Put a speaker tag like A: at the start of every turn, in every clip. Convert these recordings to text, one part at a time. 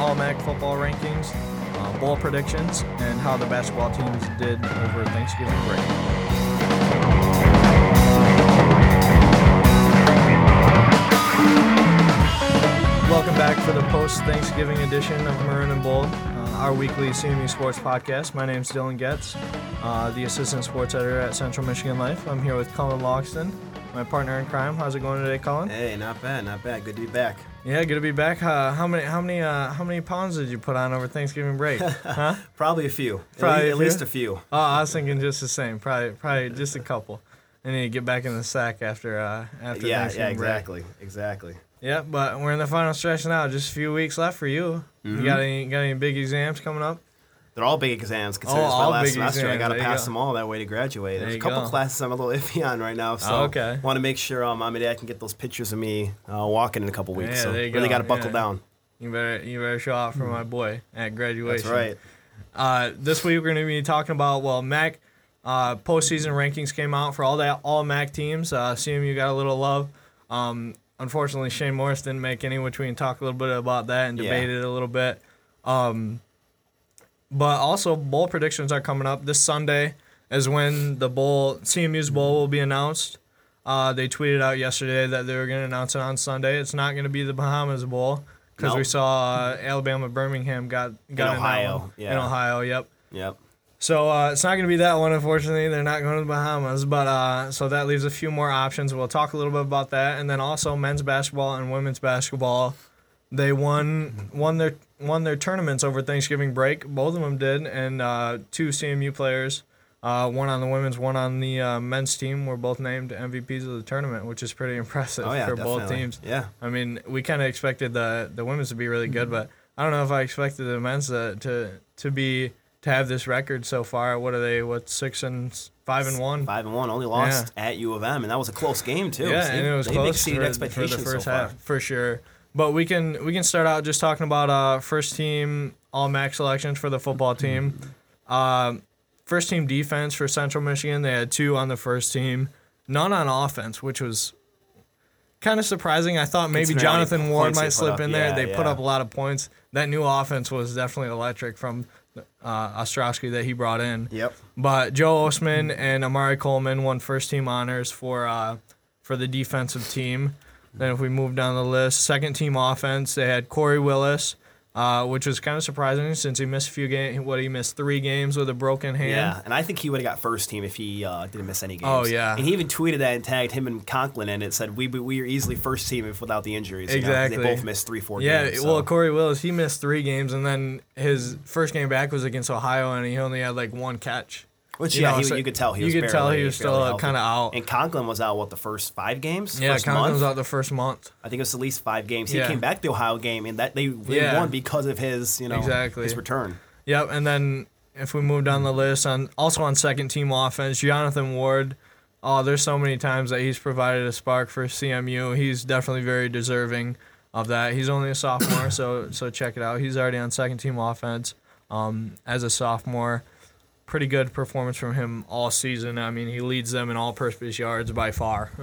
A: automatic uh, football rankings, uh, bowl predictions, and how the basketball teams did over Thanksgiving break. Welcome back for the post Thanksgiving edition of Maroon and Bold, uh, our weekly CME sports podcast. My name's Dylan Getz, uh, the assistant sports editor at Central Michigan Life. I'm here with Colin Logston, my partner in crime. How's it going today, Colin?
B: Hey, not bad, not bad. Good to be back.
A: Yeah, good to be back. Uh, how many how many uh, how many pounds did you put on over Thanksgiving break? Huh?
B: Probably a few. At
A: Probably
B: lea-
A: a
B: at,
A: few?
B: least a few.
A: oh, I was thinking just the same. Probably probably just a couple. I need to get back in the sack after uh, after
B: Yeah, yeah,
A: Thanksgiving break.
B: exactly, exactly.
A: Yeah, but we're in the final stretch now. Just a few weeks left for you. You
B: Mm-hmm.
A: got any got any big exams coming up?
B: They're all big exams. Considering
A: Oh,
B: it's my
A: all
B: last
A: big
B: semester, I
A: exams.
B: got to
A: There you
B: pass
A: go.
B: them all that way to graduate. There's
A: you
B: a couple
A: go.
B: classes I'm a little iffy on right now, so
A: Oh, okay.
B: want to make sure um, mom and dad can get those pictures of me uh, walking in a couple weeks.
A: Yeah,
B: so
A: there you
B: really
A: go,
B: got to buckle
A: yeah.
B: down.
A: You better you better show off for my boy at graduation.
B: Hmm. That's right.
A: Uh, this week we're going to be talking about well, MAC uh, postseason rankings came out for all that all MAC teams. Uh, CMU got a little love. Um, unfortunately, Shane Morris didn't make any, which we can talk a little bit about that and
B: Yeah.
A: debate it a little bit. Um, but also bowl predictions are coming up this Sunday is when the bowl CMU's bowl will be announced. Uh, they tweeted out yesterday that they were going to announce it on Sunday. It's not going to be the Bahamas Bowl because we
B: Nope.
A: saw uh, Alabama Birmingham got got in that
B: Ohio,
A: one. in
B: yeah.
A: Ohio. Yep.
B: Yep.
A: So uh, it's not going to be that one, unfortunately. They're not going to the Bahamas, but uh, so that leaves a few more options. We'll talk a little bit about that, and then also men's basketball and women's basketball. They won won their won their tournaments over Thanksgiving break. Both of them did, and uh, two CMU players, uh, one on the women's, one on the uh, men's team, were both named MVPs of the tournament, which is pretty impressive
B: Oh yeah,
A: for
B: definitely.
A: both teams.
B: Yeah.
A: I mean, we kind of expected the the women's to be really good, but I don't know if I expected the men's to, to to be to have this record so far. What are they? What six and s- five and one?
B: Five and one, only lost at U of M, and that was a close game too.
A: Yeah,
B: So
A: and
B: they-
A: it was
B: they've
A: close
B: exceeded
A: for,
B: expectations
A: for the first
B: so far.
A: half for sure. But we can we can start out just talking about uh, first team all MAC selections for the football team. Um, first team defense for Central Michigan. They had two on the first team, none on offense, which was kind of surprising. I thought maybe
B: Considering how many
A: Jonathan Ward
B: points they
A: might
B: put
A: slip
B: up.
A: in there.
B: Yeah,
A: they put
B: yeah.
A: up a lot of points. That new offense was definitely electric from uh, Ostrowski that he brought in.
B: Yep.
A: But Joe Osman and Amari Coleman won first team honors for uh, for the defensive team. Then if we move down the list, second team offense, they had Corey Willis, uh, which was kind of surprising since he missed a few games. What he missed three games with a broken hand.
B: Yeah, and I think he would have got first team if he uh, didn't miss any games.
A: Oh, yeah.
B: and he even tweeted that and tagged him and Conklin, and it said we we we are easily first team if without the injuries. you know, 'cause
A: Exactly.
B: they both missed three, four.
A: Yeah,
B: games,
A: well,
B: so.
A: Corey Willis he missed three games, and then his first game back was against Ohio, and he only had like one catch.
B: which
A: you
B: yeah,
A: know,
B: he,
A: so
B: you could tell he
A: you
B: was
A: could tell
B: barely-
A: he was
B: barely
A: still, uh,
B: healthy.
A: kinda out.
B: And Conklin was out what the first five games?
A: Yeah,
B: first
A: Conklin's
B: month?
A: out the first month.
B: I think it was at least five games.
A: Yeah.
B: He came back to the Ohio game, and that they, they
A: Yeah.
B: won because of his you know
A: Exactly.
B: his return.
A: Yep, and then if we move down the list on also on second team offense, Jonathan Ward. Oh, there's so many times that he's provided a spark for CMU. He's definitely very deserving of that. He's only a sophomore, so so check it out. He's already on second team offense um, as a sophomore. Pretty good performance from him all season. I mean, he leads them in all purpose yards by far.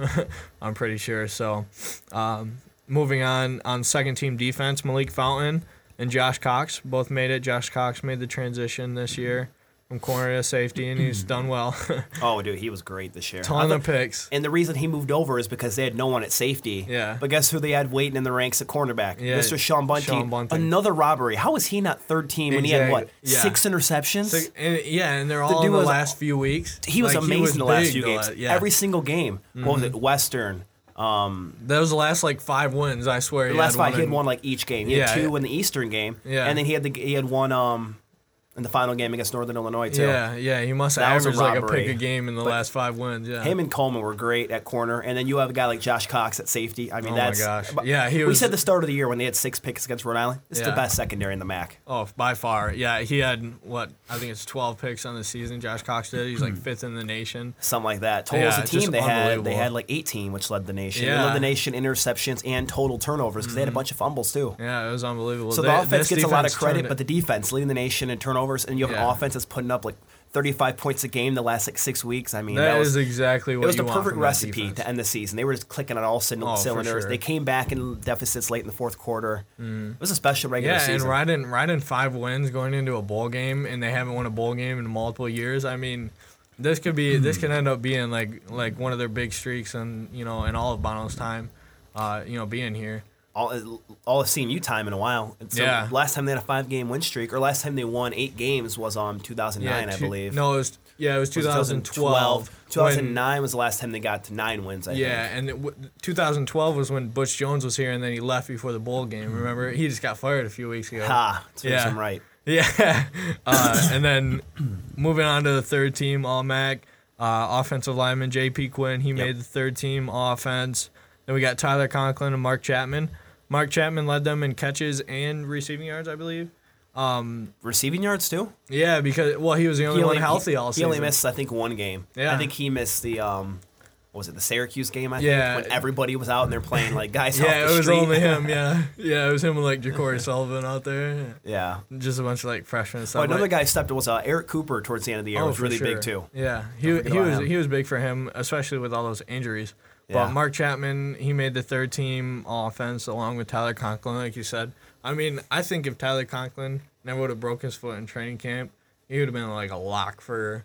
A: I'm pretty sure. So, um, moving on on second team defense, Malik Fountain and Josh Cox both made it. Josh Cox made the transition this year from corner to safety, and he's done well.
B: Oh, dude, he was great this year. I
A: Ton
B: thought-
A: of picks.
B: And the reason he moved over is because they had no one at safety.
A: Yeah.
B: But guess who they had waiting in the ranks at cornerback?
A: Yeah,
B: Mr. Sean Bunting.
A: Sean Bunting.
B: Another robbery. How is he not third team when he had what?
A: Exactly. Yeah.
B: Six interceptions?
A: So, and, yeah, and they're all
B: dude
A: in the
B: was-
A: last few weeks.
B: he was
A: Like,
B: amazing the last
A: big
B: few
A: the
B: games.
A: la- yeah, Mm-hmm.
B: Every single game. What was it? Western. Um,
A: that was the last like five wins. I swear.
B: the
A: he
B: last
A: had
B: five, he had
A: in-
B: one like each game. He
A: Yeah,
B: had two
A: yeah.
B: in the Eastern game.
A: Yeah.
B: And then he had the he had one um in the final game against Northern Illinois too.
A: Yeah, yeah, he must have
B: That was a
A: averaged like a pick
B: robbery.
A: a game in the last five wins. Yeah,
B: Him and Coleman were great at corner, and then you have a guy like Josh Cox at safety. I mean,
A: Oh my
B: that's
A: gosh.
B: but
A: Yeah, he
B: We
A: was-
B: said the start of the year when they had six picks against Rhode Island. This is
A: Yeah.
B: the best secondary in the MAC.
A: Oh, by far. Yeah, he had what I think it's 12 picks on the season. Josh Cox did. He's like fifth in the nation.
B: something like that. Total
A: Yeah,
B: as a
A: it's
B: team,
A: just
B: they had
A: unbelievable.
B: they had like 18, which led the nation. It
A: Yeah. Mm-hmm.
B: led the nation in interceptions and total turnovers because they had a bunch of fumbles too.
A: Yeah, it was unbelievable.
B: So
A: They-
B: the offense
A: this
B: gets a lot of
A: defense
B: credit,
A: turned it-
B: but the defense leading the nation in turnovers, and you have
A: Yeah.
B: an offense that's putting up like 35 points a game the last like six weeks. I mean,
A: that, that was, is exactly what
B: it was
A: you
B: the
A: want
B: perfect
A: from that
B: recipe
A: defense.
B: to end the season. They were just clicking on all cyn-
A: Oh, for
B: cylinders.
A: sure. Mm.
B: They came back in deficits late in the fourth quarter. It was a special regular
A: Yeah,
B: season.
A: and riding riding five wins going into a bowl game, and they haven't won a bowl game in multiple years. I mean, this could
B: Hmm.
A: be this could end up being like like one of their big streaks, and you know, in all of Bono's time, uh, you know, being here.
B: all all of CMU time in a while. And so
A: Yeah.
B: Last time they had a five game win streak, or last time they won eight games was on 2009, I
A: two-
B: believe.
A: No, it was yeah, it was
B: It was
A: 2012. 2009.
B: 2009 was the last time they got to nine wins. I
A: Yeah,
B: think.
A: and it w- 2012 was when Butch Jones was here, and then he left before the bowl game. Remember, he just got fired a few weeks ago.
B: Hmm. Ha. That's
A: Yeah.
B: yeah. I'm right.
A: Yeah. Uh, and then moving on to the third team, All Mac, uh, offensive lineman J.P. Quinn. He made the third team offense. Then we got Tyler Conklin and Mark Chapman. Mark Chapman led them in catches and receiving yards, I believe.
B: Receiving yards too.
A: Yeah, because well, he was the only, one healthy
B: he,
A: all
B: he
A: season.
B: only missed I think one game.
A: Yeah.
B: I think he missed the um, what was it the Syracuse game? I
A: Yeah.
B: think when everybody was out and they're playing like guys. off
A: Yeah,
B: the
A: it was
B: street.
A: only him. Yeah, yeah, it was him and like Ja'Cory Sullivan out there,
B: yeah.
A: just a bunch of like freshmen. and
B: Oh,
A: stuff.
B: another
A: Like-
B: guy stepped was uh, Eric Cooper towards the end of the year.
A: Oh,
B: was
A: for
B: really
A: sure.
B: big too.
A: Yeah, he
B: forget
A: he
B: about
A: was
B: him.
A: he was big for him, especially with all those injuries. But
B: Yeah.
A: Mark Chapman, he made the third team offense along with Tyler Conklin, like you said. I mean, I think if Tyler Conklin never would have broke his foot in training camp, he would have been like a lock for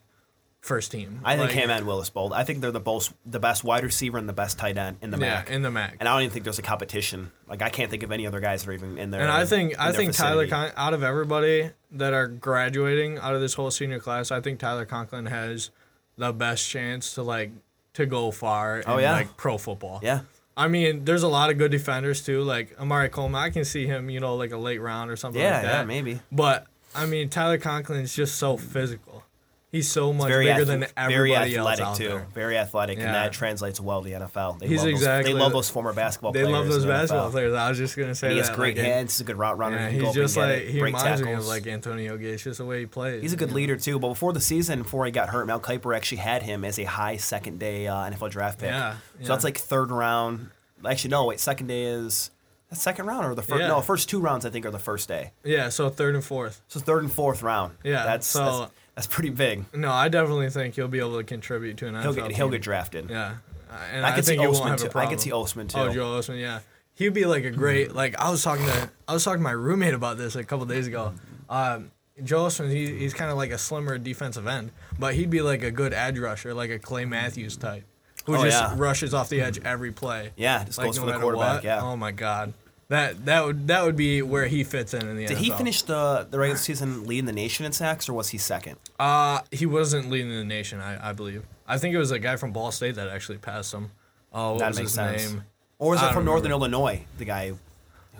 A: first team.
B: I think
A: like,
B: him and Willis Bold. I think they're the both the best wide receiver and the best tight end in the
A: Yeah,
B: MAC.
A: in the MAC.
B: and I don't even think there's a competition. Like I can't think of any other guys that are even in there.
A: And I think I think Tyler
B: Con-
A: Con- out of everybody that are graduating out of this whole senior class, I think Tyler Conklin has the best chance to like to go far in
B: Oh, yeah.
A: like pro football.
B: Yeah.
A: I mean, there's a lot of good defenders too, like Amari Coleman. I can see him, you know, like a late round or something
B: Yeah,
A: like that.
B: yeah, maybe.
A: But I mean, Tyler Conklin is just so physical. He's so much
B: Very
A: bigger
B: ath-
A: than
B: very
A: everybody else
B: athletic
A: out
B: too.
A: there.
B: Very athletic,
A: Yeah.
B: and that translates well to the NFL. They
A: He's
B: love those,
A: exactly
B: They love
A: the-
B: those former basketball
A: They
B: players.
A: love those
B: in the
A: basketball
B: NFL.
A: players. I was just gonna say
B: He
A: that.
B: has great
A: like,
B: hands. He's a good route runner.
A: Yeah,
B: he can
A: he's
B: go up
A: just
B: and get
A: like
B: it,
A: he
B: break
A: reminds me
B: tackles.
A: of like Antonio Gates, just the way he plays.
B: He's a good leader too, but before the season, before he got hurt, Mel Kiper actually had him as a high second day uh, NFL draft pick.
A: Yeah,
B: So that's
A: yeah.
B: like third round. Actually, no, wait, second day is that's second round or the first?
A: Yeah.
B: No, first two rounds I think are the first day.
A: Yeah, so third and fourth.
B: So third and fourth round.
A: Yeah,
B: that's
A: so-
B: that's, that's pretty big.
A: No, I definitely think he'll be able to contribute to an NFL
B: He'll get
A: team.
B: he'll get drafted.
A: Yeah, Uh, and
B: I
A: I,
B: could see
A: think he won't
B: Osman
A: have a
B: too. I could
A: problem.
B: see Osman too. Hmm.
A: Oh, Joel Osman, yeah, he'd be like a great. Like I was talking to I was talking to my roommate about this a couple days ago. Um, Joel Osman, he, he's kind of like a slimmer defensive end, but he'd be like a good edge rusher, like a Clay Matthews type, who
B: Oh,
A: just
B: yeah.
A: rushes off the edge every play.
B: Yeah, just
A: like
B: goes
A: no
B: for the
A: matter
B: quarterback,
A: what.
B: yeah.
A: Oh my God, that that would that would be where he fits in in the
B: Did
A: NFL.
B: he finish the the regular season leading the nation in sacks, or was he second?
A: Uh, he wasn't leading the nation, I, I believe. I think it was a guy from Ball State that actually passed him. Oh, what
B: That
A: was
B: makes
A: his
B: sense.
A: name?
B: Or was
A: I
B: it from
A: don't
B: Northern Illinois? The guy. who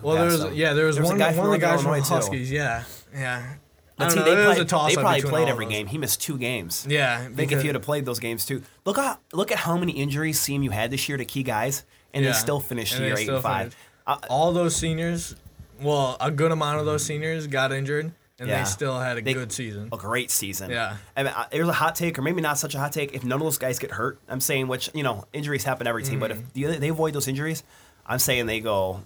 A: Well, there
B: passed
A: was
B: him?
A: yeah, there was,
B: a
A: one,
B: guy from
A: one of the
B: Northern
A: guys from
B: Illinois,
A: the
B: too.
A: Huskies. Yeah, yeah. I
B: But
A: don't
B: see,
A: know.
B: they
A: it was
B: played-
A: a toss
B: They
A: up
B: probably
A: between
B: played
A: all
B: every
A: those.
B: game. He missed two games.
A: Yeah,
B: I think if
A: because-
B: he would have played those games too, look at look at how many injuries CMU had this year to key guys, and
A: Yeah.
B: they still finished
A: And
B: the
A: they
B: year eight
A: still
B: and five.
A: finished.
B: Uh,
A: all those seniors. Well, a good amount of those seniors got injured, and
B: Yeah.
A: they still had a
B: They-
A: good season.
B: a great season.
A: Yeah.
B: I mean, I- there's a hot take, or maybe not such a hot take. If none of those guys get hurt, I'm saying, which you know, injuries happen to every team, but
A: Mm-hmm.
B: if the, they avoid those injuries, I'm saying they go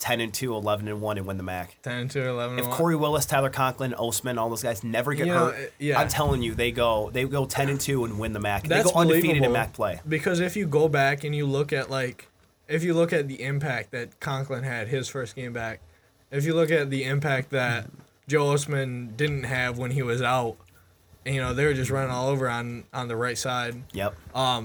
B: 10 and 2, 11 and 1, and win the MAC.
A: Ten to eleven.
B: If
A: and one.
B: Corey Willis, Tyler Conklin, Osman, all those guys never get
A: You know,
B: hurt,
A: yeah.
B: I'm telling you, they go they go 10 and 2 and win the MAC. They
A: That's
B: go undefeated in
A: believable,
B: MAC play.
A: Because if you go back and you look at like, if you look at the impact that Conklin had his first game back, if you look at the impact that Joe Osman didn't have when he was out, you know they were just running all over on on the right side.
B: Yep.
A: Uh,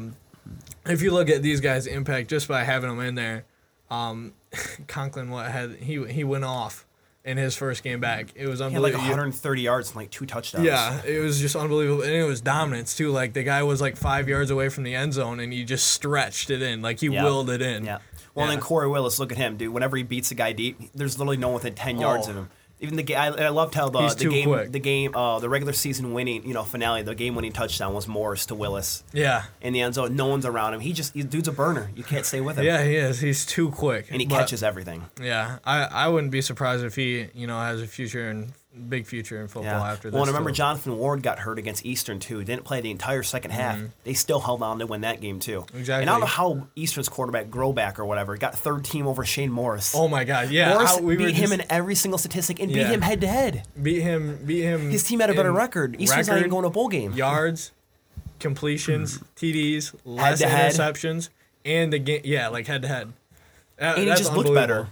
A: If you look at these guys' impact just by having them in there, um, Conklin what had he he went off in his first game back. It was
B: He had like
A: unbelievable.
B: 130 yards and like two touchdowns.
A: Yeah, it was just unbelievable, and it was dominance too. Like the guy was like five yards away from the end zone, and he just stretched it in, like he
B: Yeah.
A: willed it in.
B: Yeah. Well, then Corey Willis, look at him, dude. Whenever he beats a guy deep, there's literally no one within 10 yards
A: Oh.
B: of him. Even the guy, I loved how the,
A: He's
B: the
A: too
B: game,
A: quick.
B: the game, uh, the regular season winning, you know, finale, the game winning touchdown was Morris to Willis
A: yeah,
B: in the end zone. No one's around him. He just, he, dude's a burner. You can't stay with him.
A: yeah, he is. He's too quick,
B: And he
A: but-
B: catches everything.
A: Yeah, I I wouldn't be surprised if he you know has a future in big future in football after this.
B: Well, and remember
A: too.
B: Jonathan Ward got hurt against Eastern too. Didn't play the entire 2nd half. They still held on to win that game too.
A: Mm-hmm. Exactly.
B: And I don't know how Eastern's quarterback Groback or whatever got third team over Shane Morris.
A: Oh my God! Yeah,
B: Morris
A: how- we were
B: beat him
A: just-
B: in every single statistic and
A: Yeah.
B: beat him head to head.
A: beat him beat him.
B: His team had a better
A: in
B: record. Eastern's not even
A: record,
B: going to a bowl game.
A: Yards, completions, TDs, less
B: Head-to-head.
A: interceptions, and the game. Yeah, like head to head.
B: And he just looked better.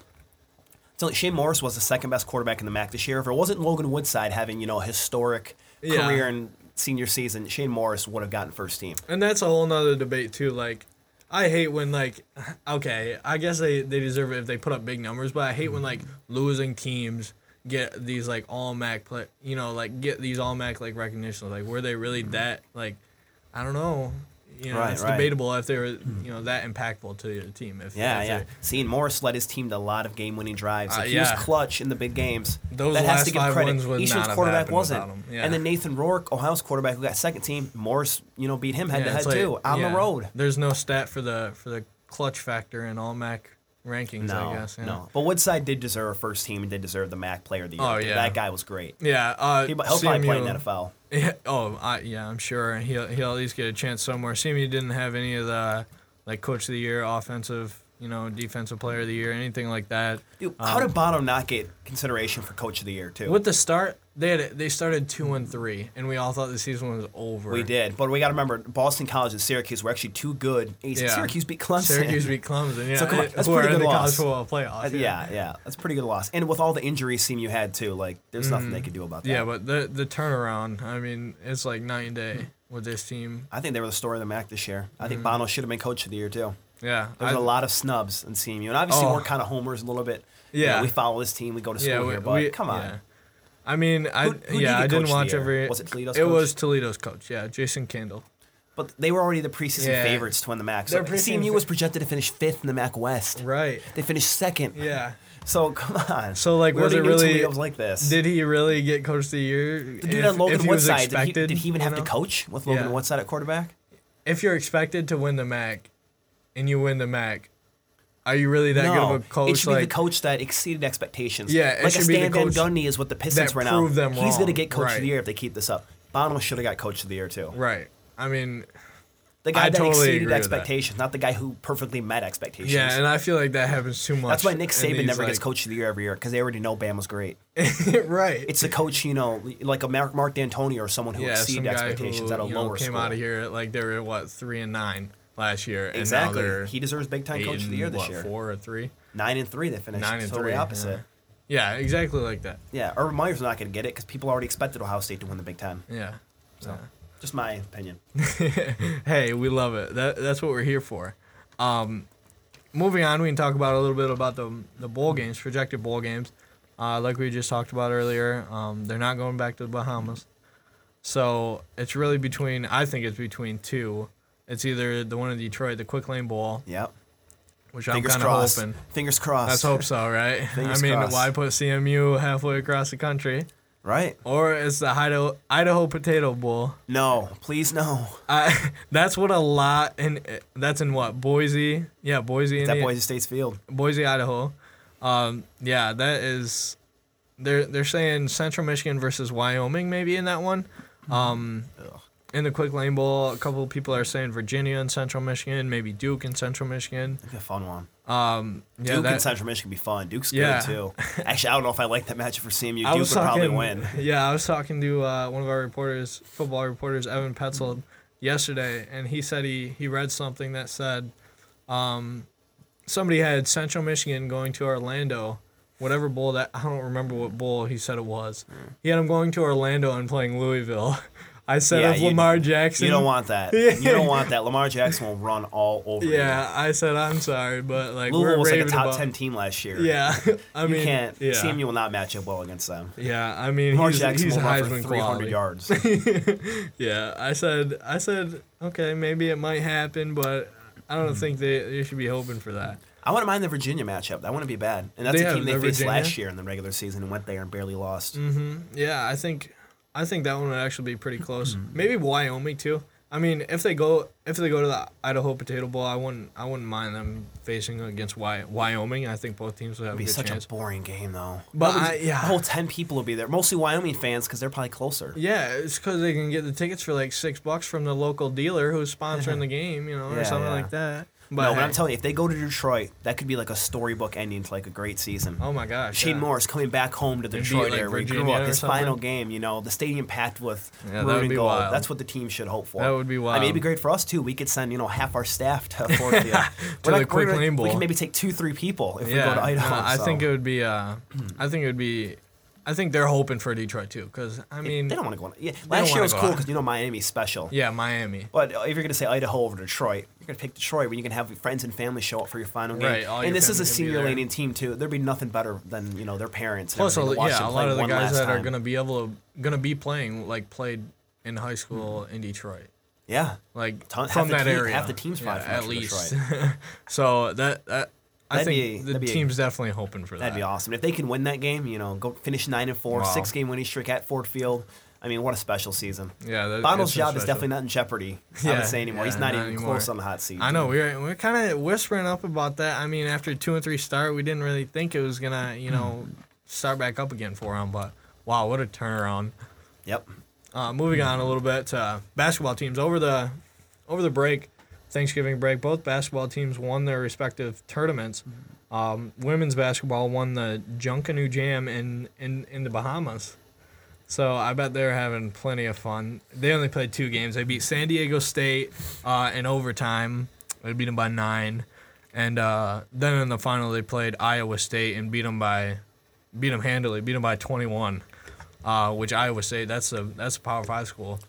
B: So like Shane Morris was the second best quarterback in the MAC this year. If it wasn't Logan Woodside having you know a historic
A: Yeah.
B: career and senior season, Shane Morris would have gotten first team.
A: And that's a whole nother debate too. Like, I hate when like, okay, I guess they they deserve it if they put up big numbers, but I hate when like losing teams get these like all Mac play, you know, like get these all Mac like recognitions. Like, were they really that like? I don't know. You know,
B: Mm-hmm. Right,
A: it's
B: right. Mm-hmm.
A: debatable if they were you know that impactful to your team. If
B: Yeah,
A: if
B: yeah.
A: they-
B: Seeing Morris led his team to a lot of game-winning drives.
A: Uh,
B: Like, he
A: yeah.
B: was clutch in the big games.
A: Those
B: that
A: last
B: has to give
A: five
B: credit.
A: wins would
B: Eastern's
A: not have
B: quarterback
A: happened
B: wasn't.
A: without him. Yeah.
B: And then Nathan Rourke, Ohio's quarterback, who got second team. Morris, you know, beat him
A: yeah, it's
B: head-to-head
A: like-
B: too on
A: yeah.
B: the road.
A: There's no stat for the for the clutch factor in all Mac rankings.
B: No,
A: I guess. Yeah.
B: no. But Woodside did deserve first team and did deserve the MAC Player of the Year.
A: Oh, yeah.
B: that guy was great.
A: Yeah, uh,
B: He, will probably play in
A: CMU
B: the NFL.
A: Yeah, oh, I, yeah, I'm sure he'll he'll at least get a chance somewhere. CMU didn't have any of the like coach of the year, offensive, you know, defensive player of the year, anything like that. Um,
B: Dude, how did Bono not get consideration for Coach of the Year too?
A: With the start, they had they started two and three, and we all thought the season was over.
B: we did, but we got to remember Boston College and Syracuse were actually too good. Hey,
A: Yeah.
B: Syracuse beat Clemson.
A: Syracuse beat Clemson. Yeah,
B: So come on,
A: eh,
B: that's
A: who are
B: pretty
A: in the
B: good
A: college
B: loss. Uh,
A: football playoff.
B: yeah, yeah, that's a pretty good loss. And with all the injuries team you had too, like there's nothing they could do about that.
A: Mm-hmm. yeah, but the the turnaround. I mean, it's like night and day with this team.
B: I think they were the story of the MAC this year. I think Bono should have been Coach of the Year too.
A: Yeah,
B: There's
A: Mm-hmm. I-
B: a lot of snubs in CMU, and obviously
A: Oh.
B: we're kind of homers a little bit. You
A: Yeah.
B: know, we follow this team, we go to school here, but come on.
A: yeah. I mean, I
B: Who-
A: yeah,
B: who did
A: I
B: get coach
A: didn't
B: of the
A: watch
B: year?
A: every.
B: Was it Toledo's
A: It
B: coach?
A: was Toledo's coach. Yeah, Jason Kendall.
B: But they were already the preseason
A: Yeah.
B: favorites to win the MAC. So
A: They're preseason
B: CMU was
A: fa-
B: projected to finish fifth in the MAC West.
A: Right.
B: They finished second.
A: Yeah.
B: So come on.
A: So, like,
B: we
A: was
B: already
A: it
B: knew
A: really-
B: Toledo was like this?
A: Did he really get coach of the year?
B: the dude
A: if,
B: on Logan
A: if he was
B: Woodside? Did he,
A: expected,
B: did he even
A: you
B: have
A: know?
B: to coach with Logan
A: Yeah.
B: Woodside at quarterback?
A: If you're expected to win the MAC, and you win the MAC, are you really that
B: no,
A: good of a coach?
B: it should
A: like,
B: be the coach that exceeded expectations.
A: Yeah, it
B: like
A: should
B: a
A: be the
B: Stan Van
A: coach
B: Gundy is what the Pistons
A: that
B: were now.
A: proved them
B: He's going to
A: wrong.
B: get coach of
A: Right.
B: the year if they keep this up. Bono should have got coach of the year too.
A: Right. I mean,
B: The guy
A: I
B: that
A: totally agree
B: exceeded
A: with that.
B: expectations, not the guy who perfectly met expectations.
A: yeah, and I feel like that happens too much.
B: that's why Nick
A: in
B: Saban
A: these,
B: never gets
A: like-
B: coach of the year every year because they already know Bama's great.
A: right.
B: It's a coach, you know, like a Mark, Mark D'Antonio or someone who
A: yeah, some
B: exceeded
A: guy
B: expectations
A: who
B: at a
A: you know,
B: lower
A: came
B: school.
A: out of here at, like they were what three and nine last year, and now they're
B: Exactly. He deserves big time
A: eight
B: coach of the
A: and,
B: year this
A: what,
B: year.
A: Four or three.
B: Nine and three, they finished.
A: Nine and
B: totally
A: three.
B: opposite.
A: Yeah. Yeah, exactly like that.
B: Yeah. Urban Meyer's not going to get it because people already expected Ohio State to win the Big Ten.
A: Yeah.
B: So, just my opinion.
A: Hey, we love it. That, that's what we're here for. Um, moving on, we can talk about a little bit about the the bowl games, projected bowl games. Uh, like we just talked about earlier, um, they're not going back to the Bahamas, so it's really between. I think it's between two. It's either the one in Detroit, the Quick Lane Bowl,
B: Yep.
A: which I'm
B: Fingers
A: kind of
B: crossed.
A: hoping.
B: Fingers crossed.
A: Let's hope so, right? I
B: Fingers
A: mean,
B: crossed.
A: why put CMU halfway across the country?
B: Right?
A: Or it's the Idaho, Idaho Potato Bowl.
B: No. Please no.
A: I, that's what a lot, and that's in what Boise? Yeah, Boise,
B: That
A: Indi-
B: Boise State's field.
A: Boise, Idaho. Um, yeah, that is. They're they're saying Central Michigan versus Wyoming maybe in that one. Um,
B: Hmm. Ugh.
A: in the Quick Lane Bowl, a couple of people are saying Virginia and Central Michigan, maybe Duke and Central Michigan.
B: It'd be a fun one.
A: Um, yeah,
B: Duke
A: that-
B: and Central Michigan would be fun. Duke's
A: Yeah.
B: good too. Actually, I don't know if I like that matchup for CMU.
A: I
B: Duke would
A: was talking,
B: probably win.
A: Yeah, I was talking to uh, one of our reporters, football reporters, Evan
B: Mm-hmm.
A: Petzold, yesterday, and he said he, he read something that said um, somebody had Central Michigan going to Orlando, whatever bowl that I don't remember what bowl he said it was.
B: Mm.
A: He had him going to Orlando and playing Louisville. I said
B: Yeah,
A: if
B: you-
A: Lamar Jackson.
B: You don't want that.
A: Yeah.
B: You don't want that. Lamar Jackson will run all over. you.
A: Yeah, I said I'm sorry, but like
B: Louisville
A: we're
B: was like a
A: raving
B: top
A: about-
B: ten team last year.
A: Yeah, I
B: you
A: mean,
B: can't.
A: Yeah,
B: CMU will not match up well against them.
A: yeah. I mean,
B: Lamar
A: he's,
B: Jackson
A: he's
B: will run for
A: Heisman
B: 300
A: quality.
B: yards.
A: Yeah, I said, I said, okay, maybe it might happen, but I
B: Mm-hmm.
A: don't think they, they should be hoping for that.
B: I wouldn't mind the Virginia matchup. That wouldn't be bad. And that's
A: They
B: a
A: have
B: team they
A: the
B: faced
A: Virginia?
B: last year in the regular season and went there and barely lost. Mm-hmm.
A: Yeah, I think, I think that one would actually be pretty close. Maybe Wyoming too. I mean, if they go if they go to the Idaho Potato Bowl, I wouldn't I wouldn't mind them facing against Wy- Wyoming. I think both teams would have
B: It'd
A: a
B: be
A: good
B: such
A: chance.
B: a boring game though.
A: But
B: Nobody's-
A: I- yeah.
B: the whole ten people will be there. Mostly Wyoming fans because they're probably closer.
A: yeah, it's because they can get the tickets for like six bucks from the local dealer who's sponsoring the game, you know,
B: Yeah,
A: or something
B: yeah.
A: like that. But,
B: no,
A: hey,
B: but I'm telling you, if they go to Detroit, that could be like a storybook ending to like a great season.
A: oh my gosh,
B: Shane
A: yeah.
B: Morris coming back home to the
A: beat,
B: Detroit
A: like,
B: area where he grew
A: Virginia
B: up.
A: or
B: His final
A: something.
B: game, you know, the stadium packed with
A: Yeah, that would
B: rooting
A: be
B: gold.
A: wild.
B: That's what the team should hope for.
A: That would be
B: I mean, it'd
A: wild.
B: be great for us too. We could send you know half our staff to Fort Field.
A: To the
B: We're we're
A: quick lane
B: We
A: bowl.
B: can maybe take two, three people if we
A: Yeah,
B: go to Idaho.
A: no, I
B: so.
A: think it would be. Uh, I think it would be. I think they're hoping for Detroit too, because I mean,
B: they don't want to go. On, yeah, last year
A: wanna
B: was
A: go
B: cool
A: out.
B: because you know Miami's special.
A: yeah, Miami.
B: But if you're going to say Idaho over Detroit, you're going to pick Detroit when you can have friends and family show up for your final game.
A: Right, all
B: and
A: your
B: this is
A: family
B: a
A: can be
B: senior
A: there.
B: leaning team too. There'd be nothing better than you know their parents. and
A: Plus,
B: everything
A: a,
B: to watch
A: yeah,
B: them
A: a
B: play
A: lot of the
B: one
A: guys
B: last
A: that are
B: time.
A: gonna be able to gonna be playing like played in high school in Detroit,
B: yeah.
A: like
B: Mm-hmm. Ton- half
A: from
B: the
A: that
B: team-
A: area.
B: half the team's probably
A: Yeah,
B: from
A: at
B: Metro
A: least. so that, that I
B: That'd be-
A: think the
B: that'd be a-
A: team's definitely hoping for
B: That'd
A: that.
B: be awesome. If they can win that game, you know, go finish nine and four,
A: Wow.
B: six game winning streak at Ford Field. I mean, what a special season.
A: Yeah, that,
B: Bono's
A: it's so
B: job is
A: special.
B: definitely not in jeopardy. I
A: Yeah,
B: would say anymore.
A: yeah,
B: He's not,
A: not
B: even
A: anymore.
B: close on the hot seat.
A: I know we we're we we're kind of whispering up about that. I mean, after two and three start, we didn't really think it was gonna you know start back up again for him. But wow, what a turnaround!
B: Yep.
A: Uh, moving on a little bit to basketball teams over the over the break, Thanksgiving break. Both basketball teams won their respective tournaments. Um, women's basketball won the Junkanoo Jam in, in in the Bahamas, so I bet they're having plenty of fun. They only played two games. They beat San Diego State uh, in overtime. They beat them by nine, and uh, then in the final they played Iowa State and beat them by beat them handily. Beat them by twenty one uh, which Iowa State. That's a that's a Power Five school.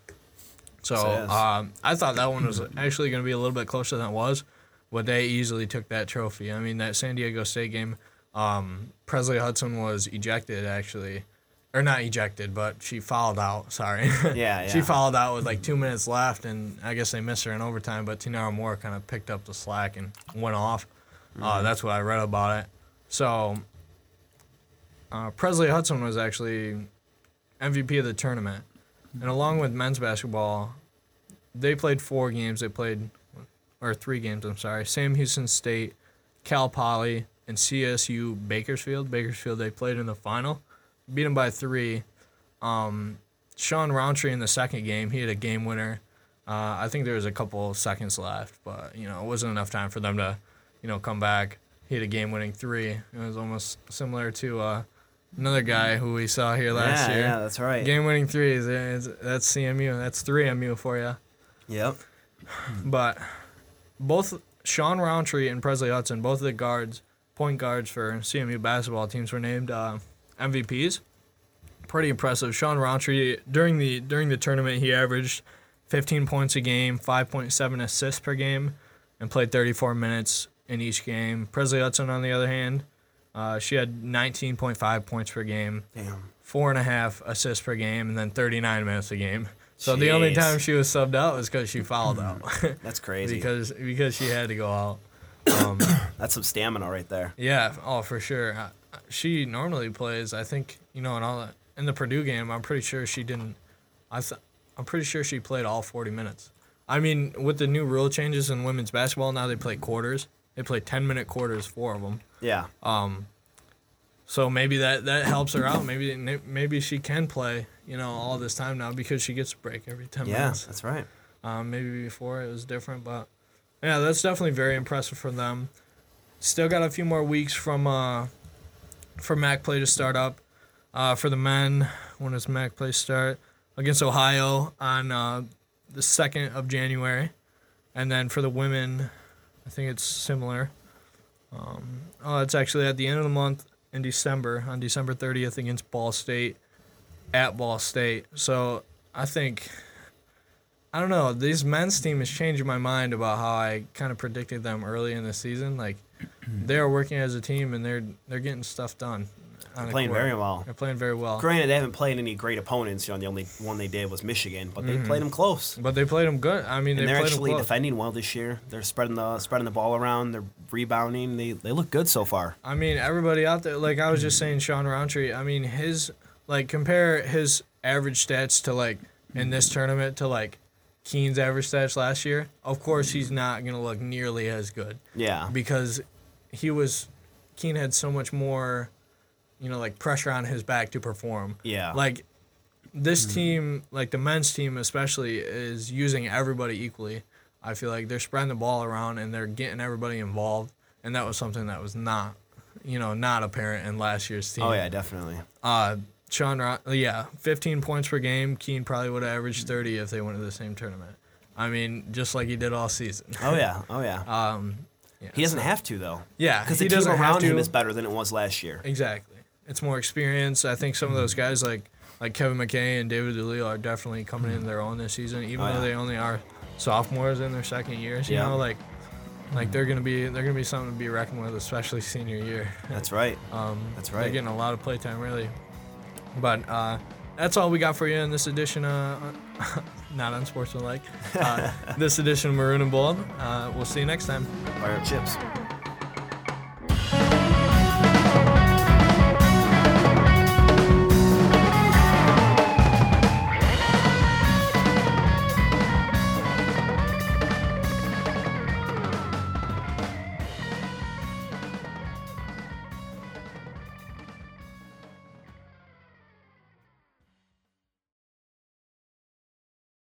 A: So
B: Yes.
A: um, I thought that one was actually going to be a little bit closer than it was, but they easily took that trophy. I mean, that San Diego State game, um, Presley Hudson was ejected actually, or not ejected, but she fouled out. Sorry.
B: Yeah,
A: she
B: yeah.
A: fouled out with like two minutes left, and I guess they missed her in overtime. But Tinara Moore kind of picked up the slack and went off. Uh,
B: Mm-hmm.
A: that's what I read about it. So uh, Presley Hudson was actually MVP of the tournament. And along with men's basketball, they played four games. They played, or three games, I'm sorry. Sam Houston State, Cal Poly, and CSU Bakersfield. Bakersfield, they played in the final, beat them by three. Um, Sean Roundtree in the second game, he had a game winner. Uh, I think there was a couple seconds left, but you know it wasn't enough time for them to, you know, come back. He had a game-winning three. It was almost similar to uh, another guy who we saw here last
B: yeah,
A: year.
B: yeah, that's right.
A: Game winning threes. Is, that's CMU. That's three MU for you.
B: Yep.
A: But both Sean Roundtree and Presley Hudson, both of the guards, point guards for CMU basketball teams, were named uh, MVPs. Pretty impressive. Sean Roundtree during the during the tournament, he averaged 15 points a game, 5.7 assists per game, and played 34 minutes in each game. Presley Hudson, on the other hand, uh, she had 19.5 points per game,
B: Damn.
A: four and a half assists per game and then 39 minutes a game. So the only
B: Jeez.
A: time she was subbed out was because she fouled out
B: That's crazy.
A: because because she had to go out.
B: that's some stamina right there.
A: Yeah, oh for sure. Uh, She normally plays. I think you know in all that, in the Purdue game. I'm pretty sure she didn't. I th- I'm pretty sure she played all 40 minutes. I mean, with the new rule changes in women's basketball, now they play quarters. They play 10 minute quarters, four of them.
B: Yeah.
A: So maybe that, that helps her out. Maybe maybe she can play, you know, all this time now because she gets a break every 10
B: yeah,
A: minutes.
B: that's right.
A: Um, maybe before it was different, but yeah, that's definitely very impressive from them. Still got a few more weeks from uh, for MAC play to start up. Uh, for the men, when does MAC play start? Against Ohio on uh, the second of January, and then for the women, I think it's similar. Um, oh, it's actually at the end of the month in December on December thirtieth against Ball State at Ball State. So I think I don't know. This men's team is changing my mind about how I kind of predicted them early in the season. Like they're working as a team and they're they're getting stuff done. on the
B: Playing
A: court.
B: very well.
A: They're playing very well.
B: Granted, they haven't played any great opponents. You know, the only one they did was Michigan, but they played them close.
A: But Mm-hmm. they played them good. I mean,
B: And
A: they
B: they're
A: played them
B: actually
A: close.
B: defending well this year. They're spreading the spreading the ball around. They're rebounding. They they look good so far.
A: I mean, everybody out there. Like I was
B: Hmm.
A: just saying, Sean Roundtree. I mean, his like compare his average stats to like in this tournament to like Keene's average stats last year, of course he's not going to look nearly as good
B: Yeah.
A: because he was Keene had so much more, you know, like pressure on his back to perform.
B: Yeah. Mm-hmm.
A: Like this team, like the men's team especially, is using everybody equally. I feel like they're spreading the ball around and they're getting everybody involved, and that was something that was not, you know, not apparent in last year's team.
B: Oh yeah, definitely.
A: Uh, Sean, Ro- yeah, 15 points per game. Keene probably would have averaged
B: Mm-hmm.
A: 30 if they went to the same tournament. I mean, just like he did all season.
B: Oh yeah. Oh yeah. he doesn't have to though.
A: Yeah,
B: Because
A: Um, he
B: the team
A: doesn't have
B: around him
A: to.
B: is better than it was last year.
A: Exactly. It's more experience. I think some of
B: Mm-hmm.
A: those guys like like Kevin McKay and David DeLeo are definitely coming in their own this season, even
B: Mm-hmm. Oh,
A: though
B: yeah.
A: they only are sophomores in their second years. You
B: Yeah. Mm-hmm.
A: know, like like they're gonna be they're gonna be something to be reckoned with, especially senior year.
B: That's right. That's
A: They're
B: right.
A: getting a lot of playtime really. But uh, that's all we got for you in this edition. Uh, not unsportsmanlike. Uh, this edition of Maroon and Bold. Uh, we'll see you next time.
B: Fire up chips.